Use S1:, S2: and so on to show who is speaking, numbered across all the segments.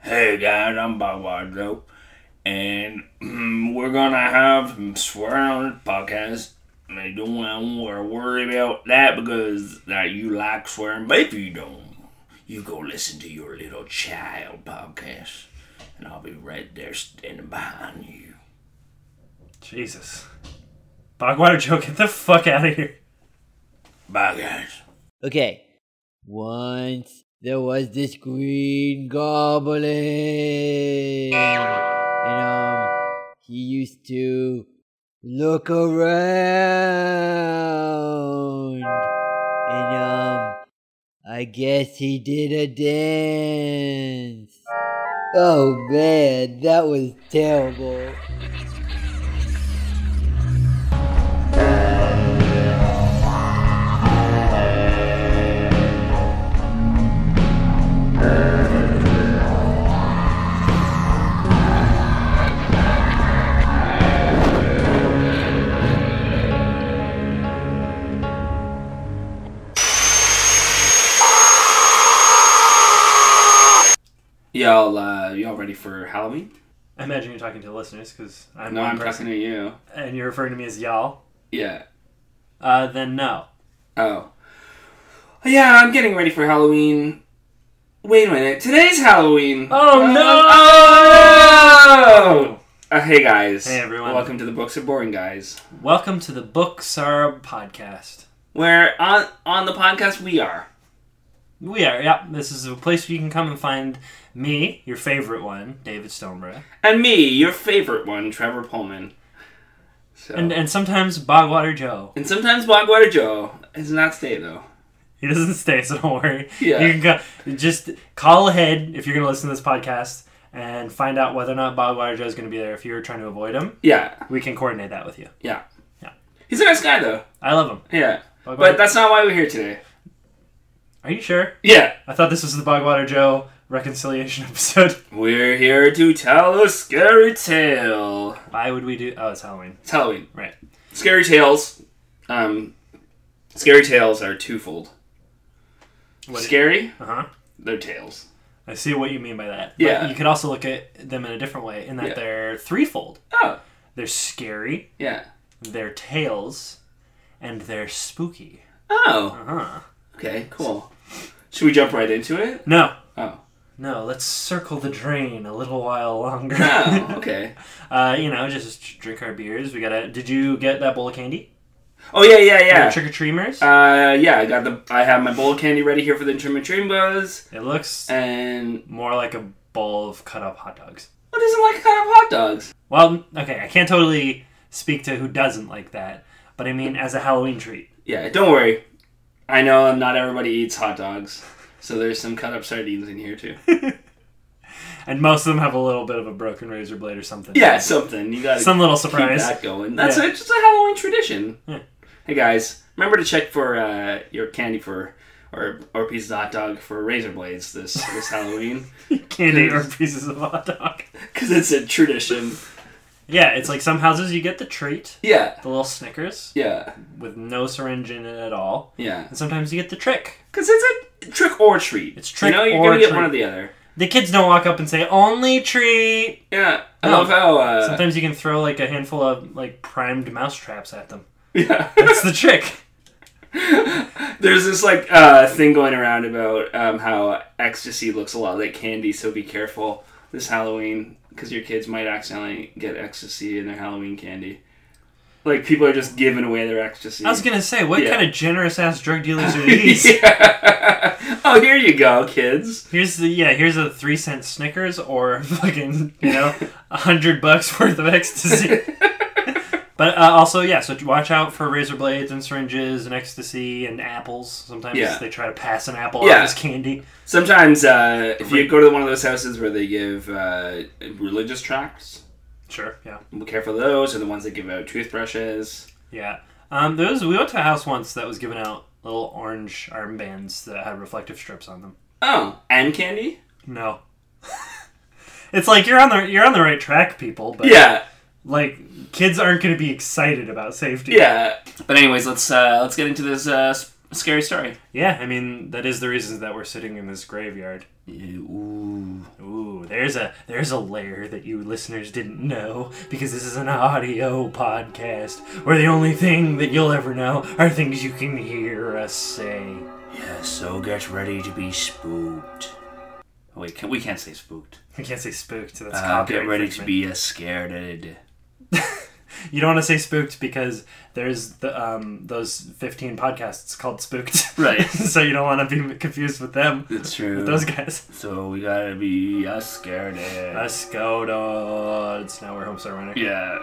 S1: Hey guys, I'm Bob Joe, and mm, we're gonna have him swear on this podcast. And I don't want to worry about that because that you like swearing, but if you don't, you go listen to your little child podcast, and I'll be right there standing behind you.
S2: Jesus. Bogwater Joe, get the fuck out of here.
S1: Bye, guys.
S3: Okay. Once there was this green goblin. And um he used to look around. And um I guess he did a dance. Oh man, that was terrible.
S4: Y'all, uh, y'all ready for Halloween?
S2: I imagine you're talking to the listeners because I'm
S4: No,
S2: one
S4: I'm
S2: person
S4: talking to you.
S2: and you're referring to me as y'all.
S4: Yeah.
S2: Uh, then no.
S4: Oh. Yeah, I'm getting ready for Halloween. Wait a minute. Today's Halloween.
S2: Oh,
S4: Uh,
S2: no!
S4: Oh! Uh, hey guys.
S2: Hey, everyone.
S4: Welcome to the Books of Boring Guys.
S2: Welcome to the Books Are podcast.
S4: Where on on the podcast we are.
S2: We are, yeah. This is a place where you can come and find me, your favorite one, David Stoneborough,
S4: And me, your favorite one, Trevor Pullman. So
S2: and and sometimes Bogwater Joe.
S4: and sometimes Bogwater Joe is not stay though.
S2: He doesn't stay, so don't worry.
S4: Yeah.
S2: You can go, just call ahead if you're going to listen to this podcast and find out whether or not Bogwater Joe's going to be there. If you're trying to avoid him,
S4: Yeah,
S2: we can coordinate that with you.
S4: yeah.
S2: Yeah.
S4: He's a nice guy though.
S2: I love him.
S4: Yeah.
S2: Bogwater-
S4: But that's not why we're here today.
S2: Are you sure?
S4: Yeah.
S2: I thought this was the Bogwater Joe reconciliation episode.
S4: We're here to tell a scary tale.
S2: Why would we do? Oh, it's Halloween.
S4: It's Halloween.
S2: Right.
S4: Scary tales. Um, scary tales are twofold.
S2: What-
S4: scary,
S2: Uh huh.
S4: they're tales.
S2: I see what you mean by that.
S4: Yeah.
S2: But you could also look at them in a different way, in that
S4: Yeah.
S2: they're threefold.
S4: Oh,
S2: They're scary,
S4: yeah.
S2: they're tales, and they're spooky.
S4: Oh,
S2: Uh huh.
S4: okay, cool. Should we jump right into it?
S2: No.
S4: Oh.
S2: No, let's circle the drain a little while longer.
S4: Oh, okay.
S2: uh, you know, just drink our beers. We gotta. Did you get that bowl of candy?
S4: Oh yeah, yeah, yeah.
S2: Trick or treaters.
S4: Uh, yeah. I got the. I have my bowl of candy ready here for the Trim and Trim Buzz.
S2: it looks
S4: And
S2: more like a bowl of cut up hot dogs.
S4: what doesn't like kind of hot dogs?
S2: Well, okay, I can't totally speak to who doesn't like that, but I mean, as a Halloween treat,
S4: Yeah. Don't worry. I know not everybody eats hot dogs, so there's some cut up sardines in here too.
S2: and most of them have a little bit of a broken razor blade or something.
S4: Yeah, something. You gotta
S2: some little
S4: keep
S2: surprise.
S4: that going. That's
S2: Yeah.
S4: a, just a Halloween tradition.
S2: Yeah.
S4: Hey guys, remember to check for uh, your candy for or or pieces of hot dog for razor blades this this Halloween
S2: Candy or pieces of hot dog.
S4: because it's a tradition.
S2: Yeah, it's like some houses you get the treat,
S4: Yeah,
S2: the little Snickers
S4: yeah,
S2: with no syringe in it at all,
S4: yeah.
S2: and sometimes you get the trick.
S4: Because it's a trick or treat.
S2: It's trick
S4: You know, you're
S2: or
S4: gonna get
S2: treat.
S4: one or the other.
S2: The kids don't walk up and say only treat.
S4: Yeah, I
S2: No.
S4: love how. Uh,
S2: Sometimes you can throw like a handful of like primed mouse traps at them.
S4: Yeah.
S2: That's the trick.
S4: There's this like uh, thing going around about um, how ecstasy looks a lot like candy, so be careful this Halloween because your kids might accidentally get ecstasy in their Halloween candy. Like people are just giving away their ecstasy.
S2: I was gonna say, what
S4: Yeah.
S2: kind of generous ass drug dealers are these?
S4: Yeah. Oh, here you go, kids.
S2: Here's the yeah. Here's a three cent Snickers or fucking you know a hundred bucks worth of ecstasy. but uh, also yeah, so watch out for razor blades and syringes and ecstasy and apples. Sometimes
S4: Yeah.
S2: they try to pass an apple
S4: Yeah.
S2: out as candy.
S4: Sometimes uh, if you go to one of those houses where they give uh, religious tracts,
S2: Sure, yeah,
S4: be careful of those. Are the ones that give out toothbrushes.
S2: yeah. Um, there was we went to a house once that was giving out little orange armbands that had reflective strips on them.
S4: Oh, and candy.
S2: No. It's like you're on the you're on the right track, people. But
S4: Yeah,
S2: like kids aren't going to be excited about safety.
S4: yeah. But anyways, let's uh, let's get into this uh, s- scary story.
S2: Yeah, I mean that is the reason that we're sitting in this graveyard.
S4: Ooh.
S2: Ooh, there's a there's a layer that you listeners didn't know because this is an audio podcast where the only thing that you'll ever know are things you can hear us say.
S4: Yeah, uh, so get ready to be spooked. Oh, wait, can, we can't say spooked.
S2: I can't say spooked. That's
S4: Uh,
S2: copyright
S4: get ready to
S2: infringement.
S4: be uh, scared.
S2: You don't want to say spooked because there's the um those 15 podcasts called spooked.
S4: Right.
S2: so you don't want to be confused with them.
S4: It's true.
S2: With those guys.
S4: So we gotta be uh, scared.
S2: Let's go, dudes. Now we're home star winner.
S4: Yeah.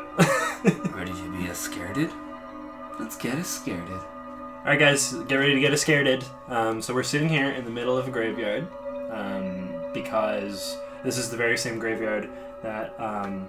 S4: ready to be uh, scared? Let's get us scared.
S2: All right, guys, get ready to get us scared. Um, so we're sitting here in the middle of a graveyard um, because this is the very same graveyard that um,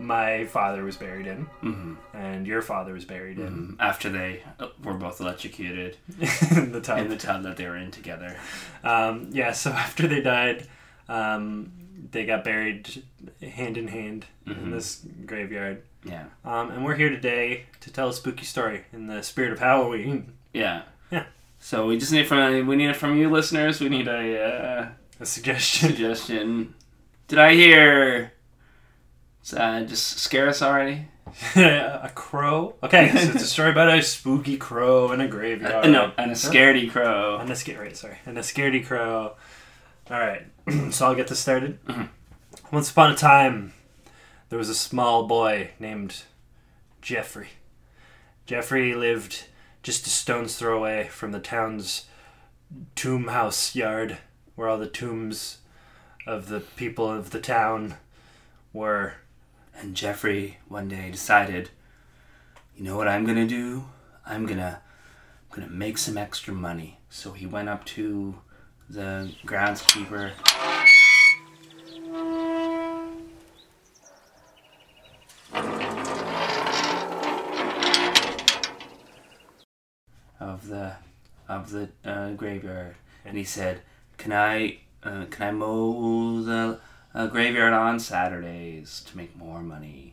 S2: my father was buried in
S4: Mm-hmm.
S2: and your father was buried in
S4: After they uh, were both electrocuted
S2: in the tub.
S4: in the tub that they were in together.
S2: Um, yeah, so after they died, um, they got buried hand in hand in
S4: Mhm.
S2: this graveyard.
S4: Yeah.
S2: Um, and we're here today to tell a spooky story in the spirit of Halloween.
S4: Yeah.
S2: Yeah.
S4: So we just need from we need it from you listeners. We need a uh,
S2: A suggestion.
S4: suggestion. Did I hear? Uh, just scare us already?
S2: a crow? Okay, so it's a story about a spooky crow in a graveyard. Oh,
S4: Uh, no, and a scaredy crow.
S2: And a sca- right, sorry. And a scaredy crow. All right, so I'll get this started.
S4: Mhm.
S2: Once upon a time, there was a small boy named Jeffrey. Jeffrey lived just a stone's throw away from the town's tomb house yard, where all the tombs of the people of the town were.
S4: And Jeffrey one day decided, you know what I'm gonna do? I'm gonna I'm gonna make some extra money. So he went up to the groundskeeper. Of the of the uh, graveyard, and he said, "Can I uh, can I mow the uh, graveyard on Saturdays to make more money?"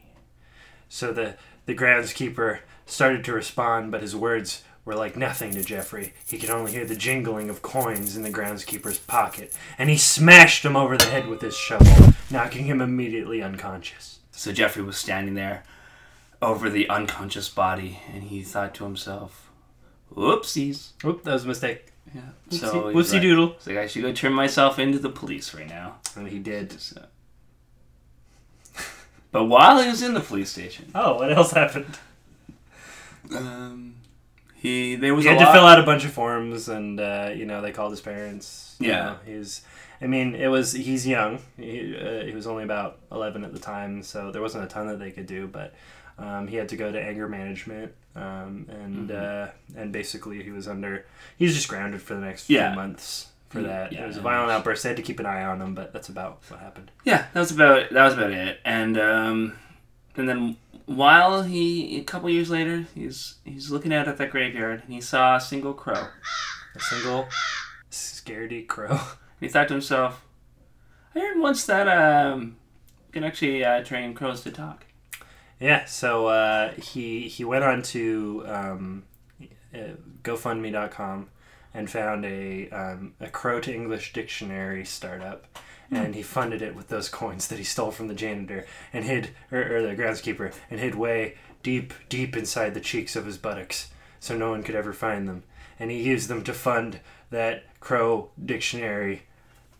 S2: So the, the groundskeeper started to respond, but his words were like nothing to Jeffrey. He could only hear the jingling of coins in the groundskeeper's pocket, and he smashed him over the head with his shovel, knocking him immediately unconscious.
S4: So Jeffrey was standing there over the unconscious body, and he thought to himself, "Whoopsies!"
S2: Oop, that was a mistake.
S4: Yeah.
S2: Whoopsie,
S4: So he's
S2: whoopsie
S4: like,
S2: doodle.
S4: he's like, I should go turn myself into the police right now.
S2: And he did.
S4: So- But while he was in the police station,
S2: Oh, what else happened?
S4: um, he there was
S2: He
S4: a
S2: had
S4: lot.
S2: to fill out a bunch of forms, and uh, you know they called his parents. You
S4: Yeah.
S2: know, he's. I mean, it was he's young. He, uh, he was only about eleven at the time, so there wasn't a ton that they could do. But um, he had to go to anger management, um, and
S4: Mm-hmm.
S2: uh, and basically he was under. He was just grounded for the next
S4: Yeah.
S2: few months for
S4: Yeah,
S2: that.
S4: yeah,
S2: it was a
S4: yeah,
S2: violent
S4: it's-
S2: outburst. They had to keep an eye on him, but that's about what happened.
S4: yeah, that was about that was about it. And um, and then while he a couple years later, he's he's looking out at that graveyard, and he saw a single crow. And
S2: A single scaredy crow.
S4: he thought to himself, "I heard once that um, you can actually uh, train crows to talk."
S2: Yeah, so uh, he he went on to um, uh, GoFundMe.com and found a um, a crow to English dictionary startup, and he funded it with those coins that he stole from the janitor and hid or, or the groundskeeper and hid way deep deep inside the cheeks of his buttocks, so no one could ever find them, and he used them to fund that crow dictionary,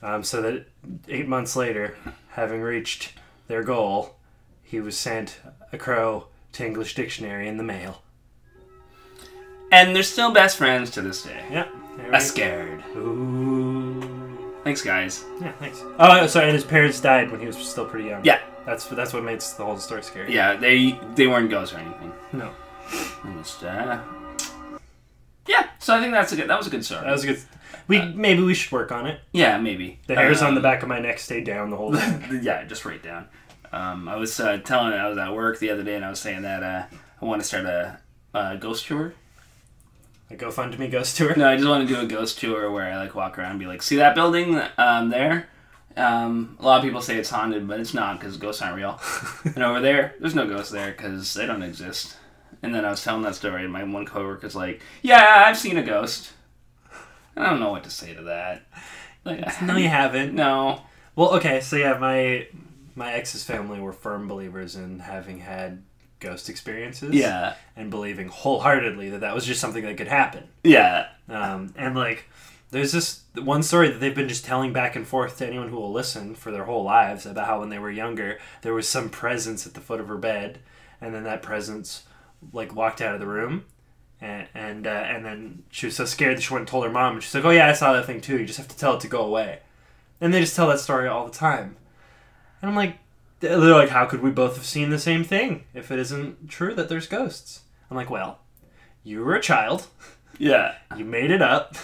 S2: um, so that eight months later, having reached their goal he was sent a crow to English dictionary in the mail.
S4: And they're still best friends to this day.
S2: Yeah.
S4: A scared.
S2: Ooh.
S4: Thanks, guys.
S2: Yeah, thanks. Oh, sorry, and his parents died when he was still pretty young.
S4: Yeah.
S2: That's that's what makes the whole story scary.
S4: Yeah, they they weren't ghosts or anything.
S2: No.
S4: I'm Just, uh, yeah, so I think that's a good. That was a good story.
S2: That was a good. We maybe we should work on it.
S4: yeah, maybe
S2: The hairs on the
S4: Uh, Um,
S2: back of my neck stayed down the whole time.
S4: yeah, just right down. Um, I was uh, telling I was at work the other day, and I was saying that uh, I want to start a, a ghost tour.
S2: A GoFundMe ghost tour.
S4: No, I just want to do a ghost tour where I like walk around and be like, see that building um, there. Um, a lot of people say it's haunted, but it's not because ghosts aren't real. and over there, there's no ghosts there because they don't exist. And then I was telling that story, and my one coworker's like, "Yeah, I've seen a ghost." And I don't know what to say to that. Like,
S2: No, you haven't.
S4: no.
S2: Well, okay, so yeah, my my ex's family were firm believers in having had ghost experiences.
S4: Yeah.
S2: and believing wholeheartedly that that was just something that could happen.
S4: Yeah.
S2: Um, and like, there's this one story that they've been just telling back and forth to anyone who will listen for their whole lives about how when they were younger, there was some presence at the foot of her bed, and then that presence like walked out of the room. And and, uh, and then she was so scared that she went and told her mom, and she's like, "Oh yeah, I saw that thing too. You just have to tell it to go away." And they just tell that story all the time. And I'm like, they're like, "How could we both have seen the same thing if it isn't true that there's ghosts?" I'm like, "Well, you were a child,
S4: Yeah.
S2: you made it up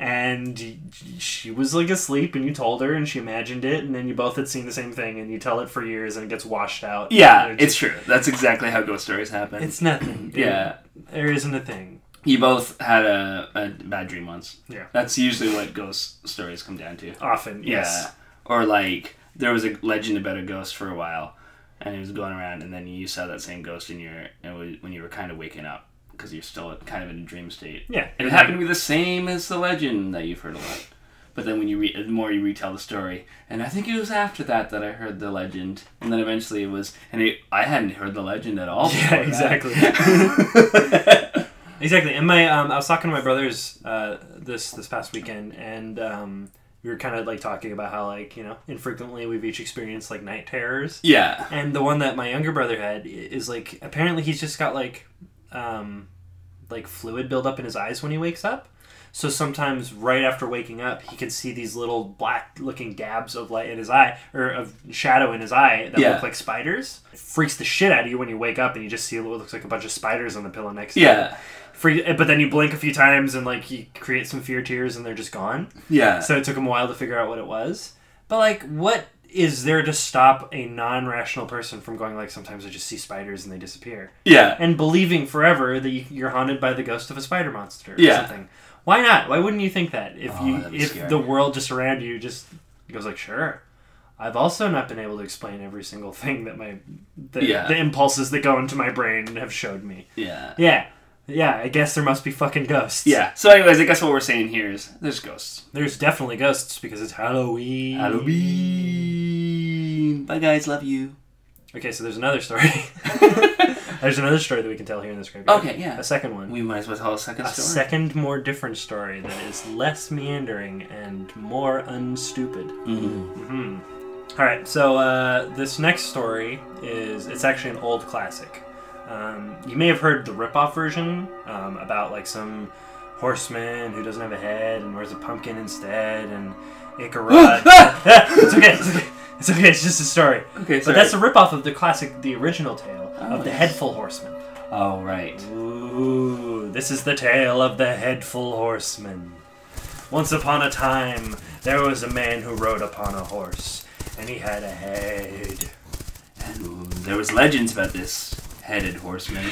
S2: and y- she was like asleep and you told her and she imagined it and then you both had seen the same thing and you tell it for years and it gets washed out
S4: Yeah,
S2: And
S4: it's true. That's exactly how ghost stories happen.
S2: it's nothing It-
S4: yeah.
S2: there isn't a thing
S4: You both had a, a bad dream once.
S2: Yeah.
S4: That's usually what ghost stories come down to.
S2: often yes
S4: Or like there was a legend about a ghost for a while, and it was going around, and then you saw that same ghost in your and when- when you were kind of waking up because you're still kind of in a dream state.
S2: yeah
S4: And it happened to be the same as the legend that you've heard a lot. But then when you re- the more you retell the story, and I think it was after that that I heard the legend, and then eventually it was, and it, I hadn't heard the legend at all.
S2: yeah
S4: before
S2: exactly
S4: that.
S2: Exactly. And my um, I was talking to my brothers uh, this this past weekend, and um, we were kind of like talking about how like you know infrequently we've each experienced like night terrors,
S4: yeah.
S2: and the one that my younger brother had i- is like apparently he's just got like um, like fluid buildup in his eyes when he wakes up. So sometimes right after waking up, he can see these little black looking dabs of light in his eye or of shadow in his eye that
S4: Yeah.
S2: look like spiders. It freaks the shit out of you when you wake up and you just see what looks like a bunch of spiders on the pillow next to you
S4: Yeah.
S2: free, but then you blink a few times and like you create some fear tears and they're just gone.
S4: Yeah.
S2: So it took him a while to figure out what it was. But like, what is there to stop a non-rational person from going like, sometimes I just see spiders and they disappear,
S4: yeah.
S2: and believing forever that you, you're haunted by the ghost of a spider monster or
S4: Yeah.
S2: something? Why not? Why wouldn't you think that if
S4: Oh,
S2: you
S4: that'd be
S2: if
S4: scary.
S2: the world just around you just goes like, sure. I've also not been able to explain every single thing that my the,
S4: Yeah.
S2: the impulses that go into my brain have showed me.
S4: Yeah.
S2: Yeah. Yeah, I guess there must be fucking ghosts.
S4: Yeah. So, anyways, I guess what we're saying here is there's ghosts.
S2: There's definitely ghosts because it's Halloween.
S4: Halloween. Bye, guys. Love you.
S2: Okay, so there's another story. there's another story that we can tell here in this graveyard.
S4: Okay, yeah.
S2: A second one.
S4: We might as well tell a second
S2: a
S4: story.
S2: second, more different story that is less meandering and more unstupid.
S4: Mhm.
S2: hmm All right, so uh, this next story is it's actually an old classic. Um, you may have heard the rip-off version um, about like some horseman who doesn't have a head and wears a pumpkin instead, and Icarus. it's okay. It's okay. It's okay. It's just a story.
S4: Okay,
S2: But
S4: sorry.
S2: that's a rip-off of the classic, the original tale
S4: Oh,
S2: of the
S4: yes.
S2: headful horseman.
S4: Oh, right.
S2: Ooh, this is the tale of the headful horseman. Once upon a time, there was a man who rode upon a horse, and he had a head.
S4: And there was legends about this headed horseman.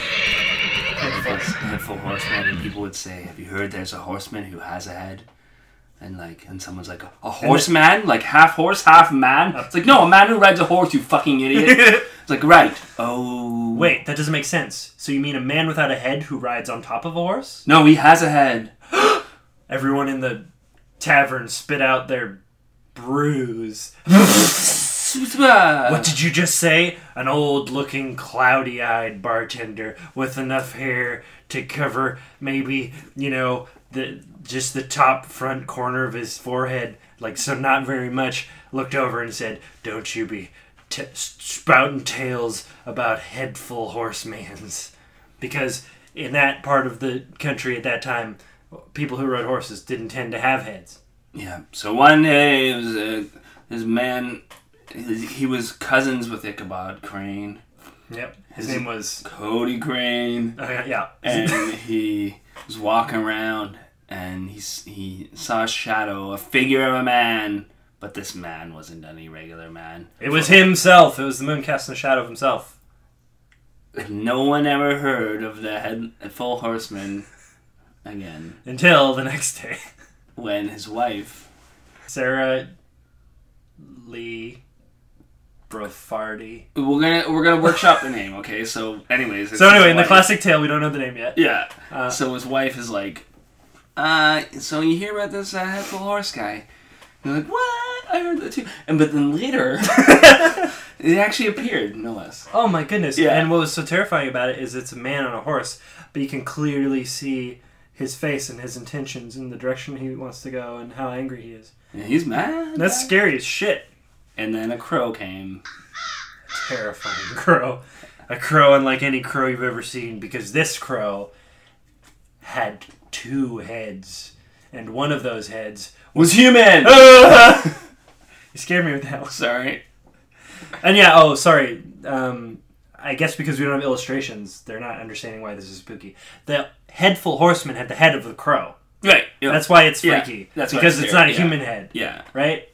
S4: Headful- Headful horseman. And people would say, have you heard there's a horseman who has a head? And like, and someone's like, a horseman? Like half horse, half man? It's like, no, a man who rides a horse, you fucking idiot. it's like, right. Oh.
S2: Wait, that doesn't make sense. So you mean a man without a head who rides on top of a horse?
S4: No, he has a head.
S2: Everyone in the tavern spit out their brews. What did you just say? An old looking, cloudy eyed bartender with enough hair to cover maybe, you know, the just the top front corner of his forehead, like so not very much, looked over and said, Don't you be t- spouting tales about headful horsemans. Because in that part of the country at that time, people who rode horses didn't tend to have heads.
S4: Yeah. So one day, it was uh, this man. His, he was cousins with Ichabod Crane,
S2: Yep. His name was.
S4: Cody Crane,
S2: Okay, yeah.
S4: and he was walking around, and he s- he saw a shadow, a figure of a man. But this man wasn't any regular man.
S2: It was himself. It was the moon casting a shadow of himself.
S4: No one ever heard of the head, full horseman again.
S2: Until the next day.
S4: When his wife,
S2: Sarah Lee Brofardi.
S4: we're gonna we're gonna workshop the name, okay? So, anyways. it's
S2: So anyway,
S4: his
S2: in the
S4: wife.
S2: classic tale, we don't know the name yet.
S4: Yeah.
S2: Uh,
S4: so his wife is like, uh, so you hear about this uh, headful horse guy? And you're like, what? I heard that too. And but then later, it actually appeared, no less.
S2: Oh my goodness!
S4: Yeah.
S2: And what was so terrifying about it is it's a man on a horse, but you can clearly see his face and his intentions and the direction he wants to go and how angry he is.
S4: And he's mad.
S2: That's scary as shit.
S4: And then a crow came.
S2: Terrifying crow, a crow unlike any crow you've ever seen because this crow had two heads, and one of those heads.
S4: Was human.
S2: Oh. You scared me with that. one.
S4: Sorry.
S2: And yeah, oh sorry. Um, I guess because we don't have illustrations, they're not understanding why this is spooky. The headful horseman had the head of the crow.
S4: Right. Yeah.
S2: That's why it's
S4: Yeah,
S2: freaky.
S4: that's why
S2: because
S4: it's
S2: it's
S4: scary,
S2: not a
S4: yeah.
S2: human head,
S4: yeah.
S2: right?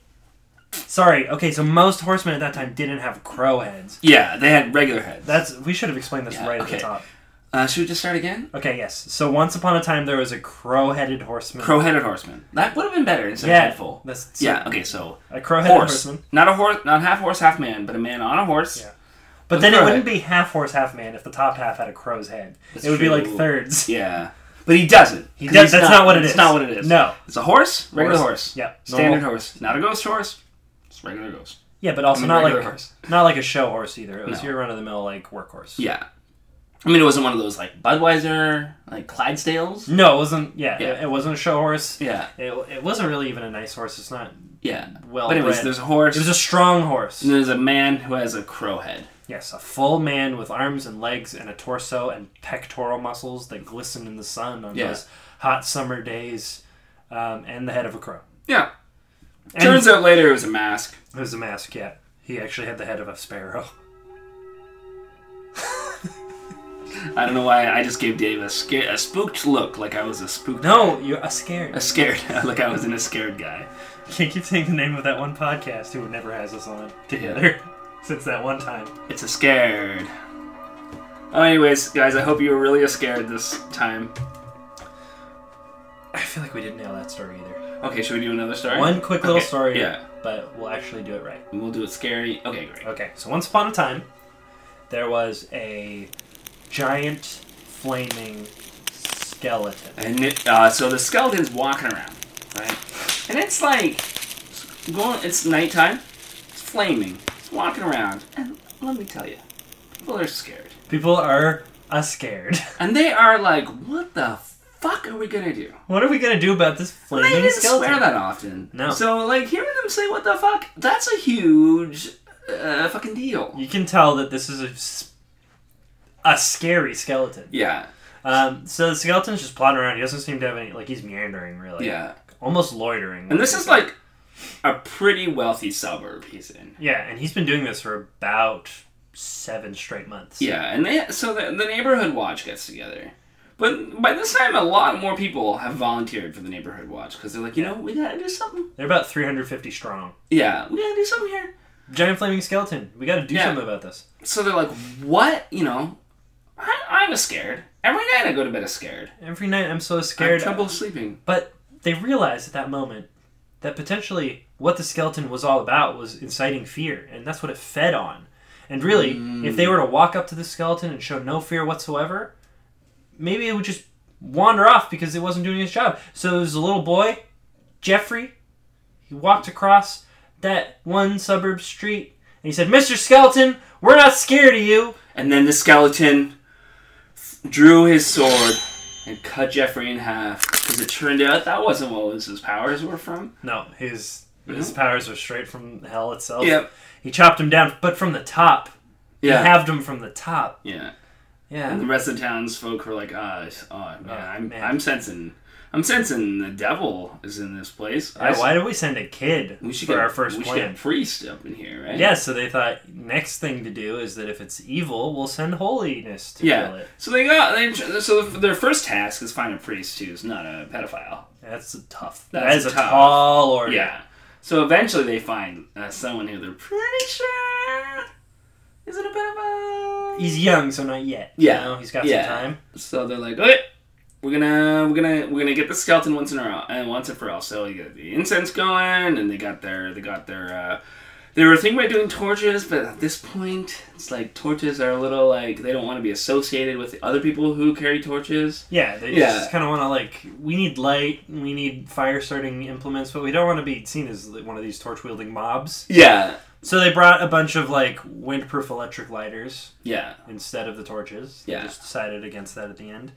S2: Sorry. Okay, so most horsemen at that time didn't have crow heads.
S4: Yeah. They had regular heads.
S2: That's we should have explained this
S4: Yeah,
S2: right
S4: okay.
S2: at the top.
S4: Uh, should we just start again?
S2: Okay, yes. So once upon a time there was a crow-headed horseman.
S4: Crow-headed horseman. That would have been better instead
S2: yeah,
S4: of headful.
S2: That's so-
S4: Yeah. Okay. So
S2: a crow-headed
S4: horse,
S2: horseman.
S4: not a horse, not half horse, half man, but a man on a horse.
S2: Yeah. But
S4: With
S2: then it
S4: crow
S2: wouldn't be half horse, half man if the top half had a crow's head.
S4: That's
S2: it would be like
S4: true.
S2: thirds.
S4: Yeah. But he doesn't.
S2: He
S4: 'cause
S2: does.
S4: he's
S2: That's not, what it is.
S4: It's not what it is.
S2: No.
S4: It's a horse. Regular horse.
S2: Yeah.
S4: Standard
S2: normal.
S4: horse. Not a ghost horse. It's regular ghost.
S2: Yeah, but also
S4: I mean,
S2: not
S4: regular
S2: like
S4: horse.
S2: not like a show horse either. It was
S4: No.
S2: your run of the mill like workhorse.
S4: Yeah. I mean, it wasn't one of those like Budweiser, like Clydesdales.
S2: No, it wasn't. Yeah,
S4: Yeah.
S2: It, it wasn't a show horse.
S4: Yeah.
S2: It, it wasn't really even a nice horse. It's not.
S4: Yeah.
S2: Well
S4: but anyways,
S2: bred.
S4: there's a horse.
S2: It was a strong horse.
S4: and there's a man who has a crow head.
S2: Yes, a full man with arms and legs and a torso and pectoral muscles that glisten in the sun on
S4: Yeah.
S2: those hot summer days, um, and the head of a crow.
S4: Yeah.
S2: And
S4: Turns out later it was a mask.
S2: it was a mask. Yeah, he actually had the head of a sparrow.
S4: I don't know why I just gave Dave a scared, a spooked look, like I was a spooked,
S2: No, you're a scared.
S4: a scared, like I was in a scared guy.
S2: Can't keep saying the name of that one podcast who never has us on together since that one time.
S4: It's a scared. Oh, anyways, guys, I hope you were really scared this time.
S2: I feel like we didn't nail that story either.
S4: Okay, should we do another story?
S2: One quick little
S4: Okay,
S2: story,
S4: Yeah,
S2: but we'll actually do it right.
S4: and we'll do it scary. Okay, great.
S2: Okay, so once upon a time, there was a giant flaming skeleton.
S4: And it, uh, so the skeleton's walking around, right? And it's like going. It's nighttime. It's flaming. It's walking around, and let me tell you, people are scared,
S2: People are uh, scared.
S4: and they are like, "What the fuck are we gonna do?"
S2: what are we gonna do about this
S4: They
S2: flaming
S4: didn't
S2: skeleton?
S4: swear that often.
S2: No.
S4: So like hearing them say "What the fuck," that's a huge uh, fucking deal.
S2: You can tell that this is a, s- a scary skeleton.
S4: Yeah.
S2: Um, so the skeleton's just plodding around. He doesn't seem to have any. Like he's meandering, really.
S4: Yeah.
S2: Almost loitering.
S4: And this is like a pretty wealthy suburb he's in.
S2: Yeah, and he's been doing this for about seven straight months.
S4: Yeah, and they so the, the neighborhood watch gets together. But by this time, a lot more people have volunteered for the neighborhood watch because they're like, you know, we gotta do something.
S2: They're about 350 strong.
S4: Yeah, we gotta do something here.
S2: Giant flaming skeleton. We gotta do
S4: Yeah.
S2: something about this.
S4: So they're like, what? You know, I, I was scared. Every night I go to bed is scared.
S2: Every night I'm so
S4: I have
S2: scared.
S4: trouble sleeping.
S2: But they realize at that moment that potentially what the skeleton was all about was inciting fear, and that's what it fed on. And really, if they were to walk up to the skeleton and show no fear whatsoever, maybe it would just wander off because it wasn't doing its job. So there was a little boy, Jeffrey, he walked across that one suburb street and he said, Mr. Skeleton, we're not scared of you.
S4: And then the skeleton drew his sword and cut Jeffrey in half because it turned out that wasn't what Liz's powers were from.
S2: No, his his powers are straight from hell itself.
S4: Yep.
S2: He chopped him down, but from the top.
S4: Yeah.
S2: He halved him from the top.
S4: yeah. And the
S2: Yeah.
S4: rest of the townsfolk were like, "Ah, it's- oh, man, I'm,
S2: man.
S4: I'm sensing, I'm sensing the devil is in this place. I s-
S2: why did we send a kid
S4: we should
S2: for
S4: get
S2: our first
S4: we should get
S2: plan?
S4: a priest up in here, right?
S2: Yeah, so they thought next thing to do is that if it's evil, we'll send holiness to
S4: yeah.
S2: kill it.
S4: So they got they so their first task is find a priest who's not a pedophile.
S2: That's a tough.
S4: That's
S2: That's a
S4: tough.
S2: tall order.
S4: Yeah. So eventually they find uh, someone who they're pretty sure isn't a pedophile.
S2: He's young, so not yet.
S4: Yeah.
S2: You know, he's got
S4: Yeah.
S2: some time.
S4: So they're like, okay, we're gonna we're gonna we're gonna get the skeleton once and for all and once and for all. So they got the incense going, and they got their they got their uh, They were thinking about doing torches, but at this point, it's like torches are a little like they don't want to be associated with other people who carry torches.
S2: Yeah, they
S4: Yeah.
S2: just kind of want to like we need light, we need fire starting implements, but we don't want to be seen as like, one of these torch wielding mobs.
S4: Yeah,
S2: So they brought a bunch of like windproof electric lighters
S4: yeah.
S2: instead of the torches.
S4: Yeah.
S2: They just decided against that at the end.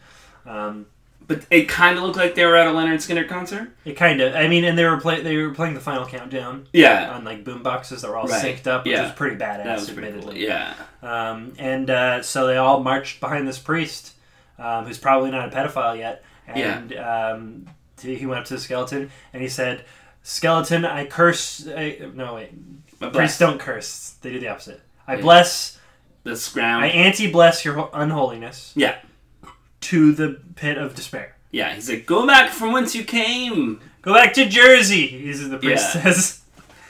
S2: Um,
S4: But it kind of looked like they were at a Leonard Skinner concert.
S2: it kind of, I mean, and they were play, they were playing the final countdown
S4: Yeah,
S2: on like boom boxes that were all
S4: Right.
S2: synced up, which
S4: Yeah.
S2: was pretty badass,
S4: that was pretty
S2: admittedly.
S4: cool. Yeah,
S2: Um, and uh, so they all marched behind this priest, um, who's probably not a pedophile yet. And um, t- he went up to the skeleton and he said, "Skeleton, I curse." I, no wait,
S4: but bless
S2: priests don't curse. They do the opposite. I
S4: Yeah.
S2: bless.
S4: this ground.
S2: I anti-bless your ho- unholiness.
S4: Yeah.
S2: To the pit of despair.
S4: yeah, he's like, go back from whence you came,
S2: Go back to Jersey, is the priest
S4: Yeah.
S2: says.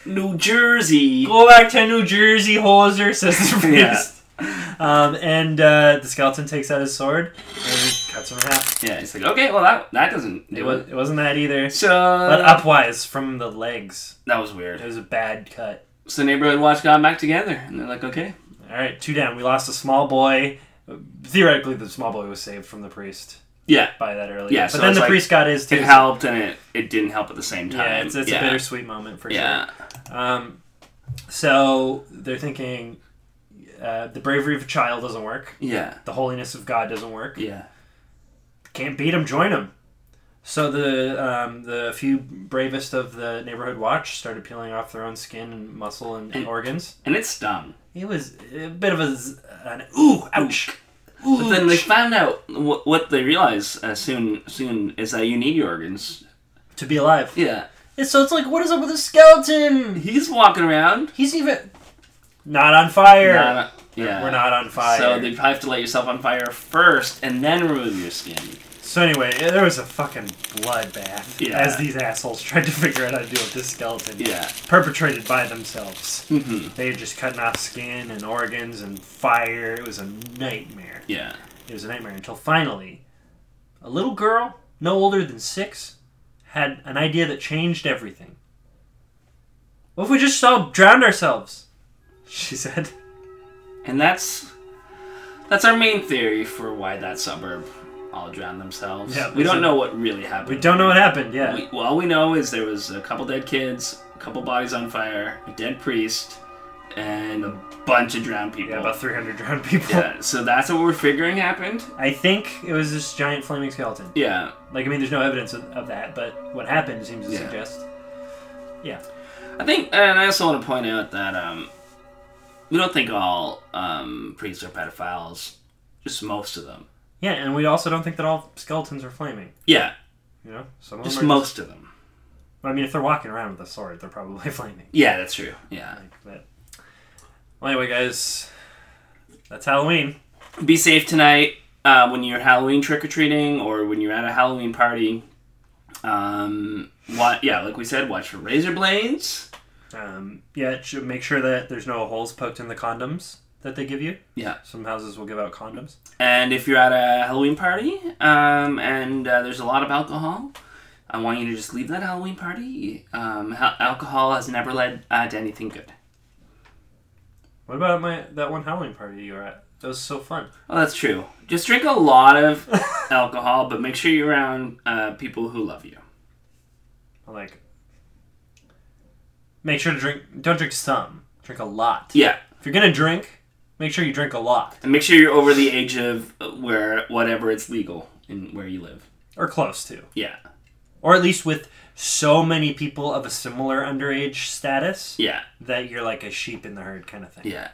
S4: New Jersey.
S2: Go back to New Jersey, hoser, says the
S4: Yeah.
S2: priest. Um, and uh, the skeleton takes out his sword and cuts him in half.
S4: Yeah, he's like, okay, well that that doesn't
S2: It,
S4: do
S2: was,
S4: it.
S2: it wasn't that either.
S4: So
S2: But upwise from the legs.
S4: uh, that was
S2: It
S4: weird.
S2: was a bad cut.
S4: So neighborhood watch got back together, and they're like, okay,
S2: All right, two down. We lost a small boy. Theoretically, the small boy was saved from the priest
S4: yeah,
S2: by that early.
S4: Yeah,
S2: but
S4: so
S2: then
S4: it's
S2: the
S4: like-
S2: priest got his too.
S4: it helped and it it didn't help at the same time.
S2: yeah, it's, it's
S4: yeah.
S2: a bittersweet moment for
S4: yeah.
S2: sure. Um, so they're thinking uh, the bravery of a child doesn't work.
S4: Yeah.
S2: The holiness of God doesn't work.
S4: Yeah.
S2: Can't beat him, join him. So the um, the few bravest of the neighborhood watch started peeling off their own skin and muscle and, and
S4: And-
S2: organs.
S4: And it stung.
S2: It was a bit of a z- an ooh ouch.
S4: But then they found out what, what they realized uh, soon soon is that you need your organs.
S2: to be alive.
S4: Yeah.
S2: And so it's like, what is up with the skeleton?
S4: He's walking around.
S2: He's even not on fire.
S4: Not- yeah.
S2: We're not on fire.
S4: So they probably have to light yourself on fire first and then remove your skin.
S2: So anyway, there was a fucking bloodbath
S4: Yeah.
S2: as these assholes tried to figure out how to deal with this skeleton
S4: Yeah.
S2: perpetrated by themselves.
S4: hmm
S2: They were just cutting off skin and organs and fire. It was a nightmare.
S4: Yeah.
S2: It was a nightmare until finally, a little girl, no older than six, had an idea that changed everything. What if we just all drowned ourselves? She said.
S4: And that's that's our main theory for why that suburb all drowned themselves.
S2: Yeah,
S4: we
S2: so-
S4: don't know what really happened.
S2: We don't know what happened yet.
S4: We, well, all we know is there was a couple dead kids, a couple bodies on fire, a dead priest, and a bunch of drowned people.
S2: yeah, about 300 drowned people.
S4: Yeah, so that's what we're figuring happened.
S2: I think it was this giant flaming skeleton.
S4: Yeah,
S2: Like, I mean, there's no evidence of, of that, but what happened seems to
S4: Yeah.
S2: suggest. Yeah.
S4: I think, and I also want to point out that um, we don't think all um, priests are pedophiles, just most of them.
S2: Yeah, and we also don't think that all skeletons are flaming.
S4: Yeah,
S2: You know? Some of them
S4: just
S2: are
S4: most of them.
S2: I mean, if they're walking around with a sword, they're probably flaming.
S4: Yeah, that's true. Yeah,
S2: like that. Well, anyway, guys, that's Halloween.
S4: be safe tonight uh, when you're Halloween trick or treating or when you're at a Halloween party. Um, what? Yeah, like we said, watch for razor blades.
S2: Um, yeah, it should make sure that there's no holes poked in the condoms that they give you.
S4: Yeah.
S2: Some houses will give out condoms.
S4: And if you're at a Halloween party um, and uh, there's a lot of alcohol, I want you to just leave that Halloween party. Um, ha- alcohol has never led uh, to anything good.
S2: What about my that one Halloween party you were at? That was so fun.
S4: Well, that's true. Just drink a lot of alcohol, but make sure you're around uh, people who love you.
S2: Like, make sure to drink. Don't drink some. Drink a lot.
S4: Yeah,
S2: If you're gonna drink, make sure you drink a lot
S4: and make sure you're over the age of uh, where whatever it's legal in where you live.
S2: or close to,
S4: Yeah,
S2: or at least with so many people of a similar underage status
S4: yeah,
S2: that you're like a sheep in the herd kind of thing.
S4: yeah.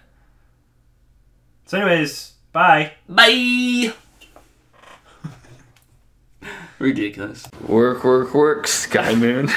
S2: So, anyways, bye.
S4: Bye. Ridiculous.
S5: Work, work, work, Sky Moon.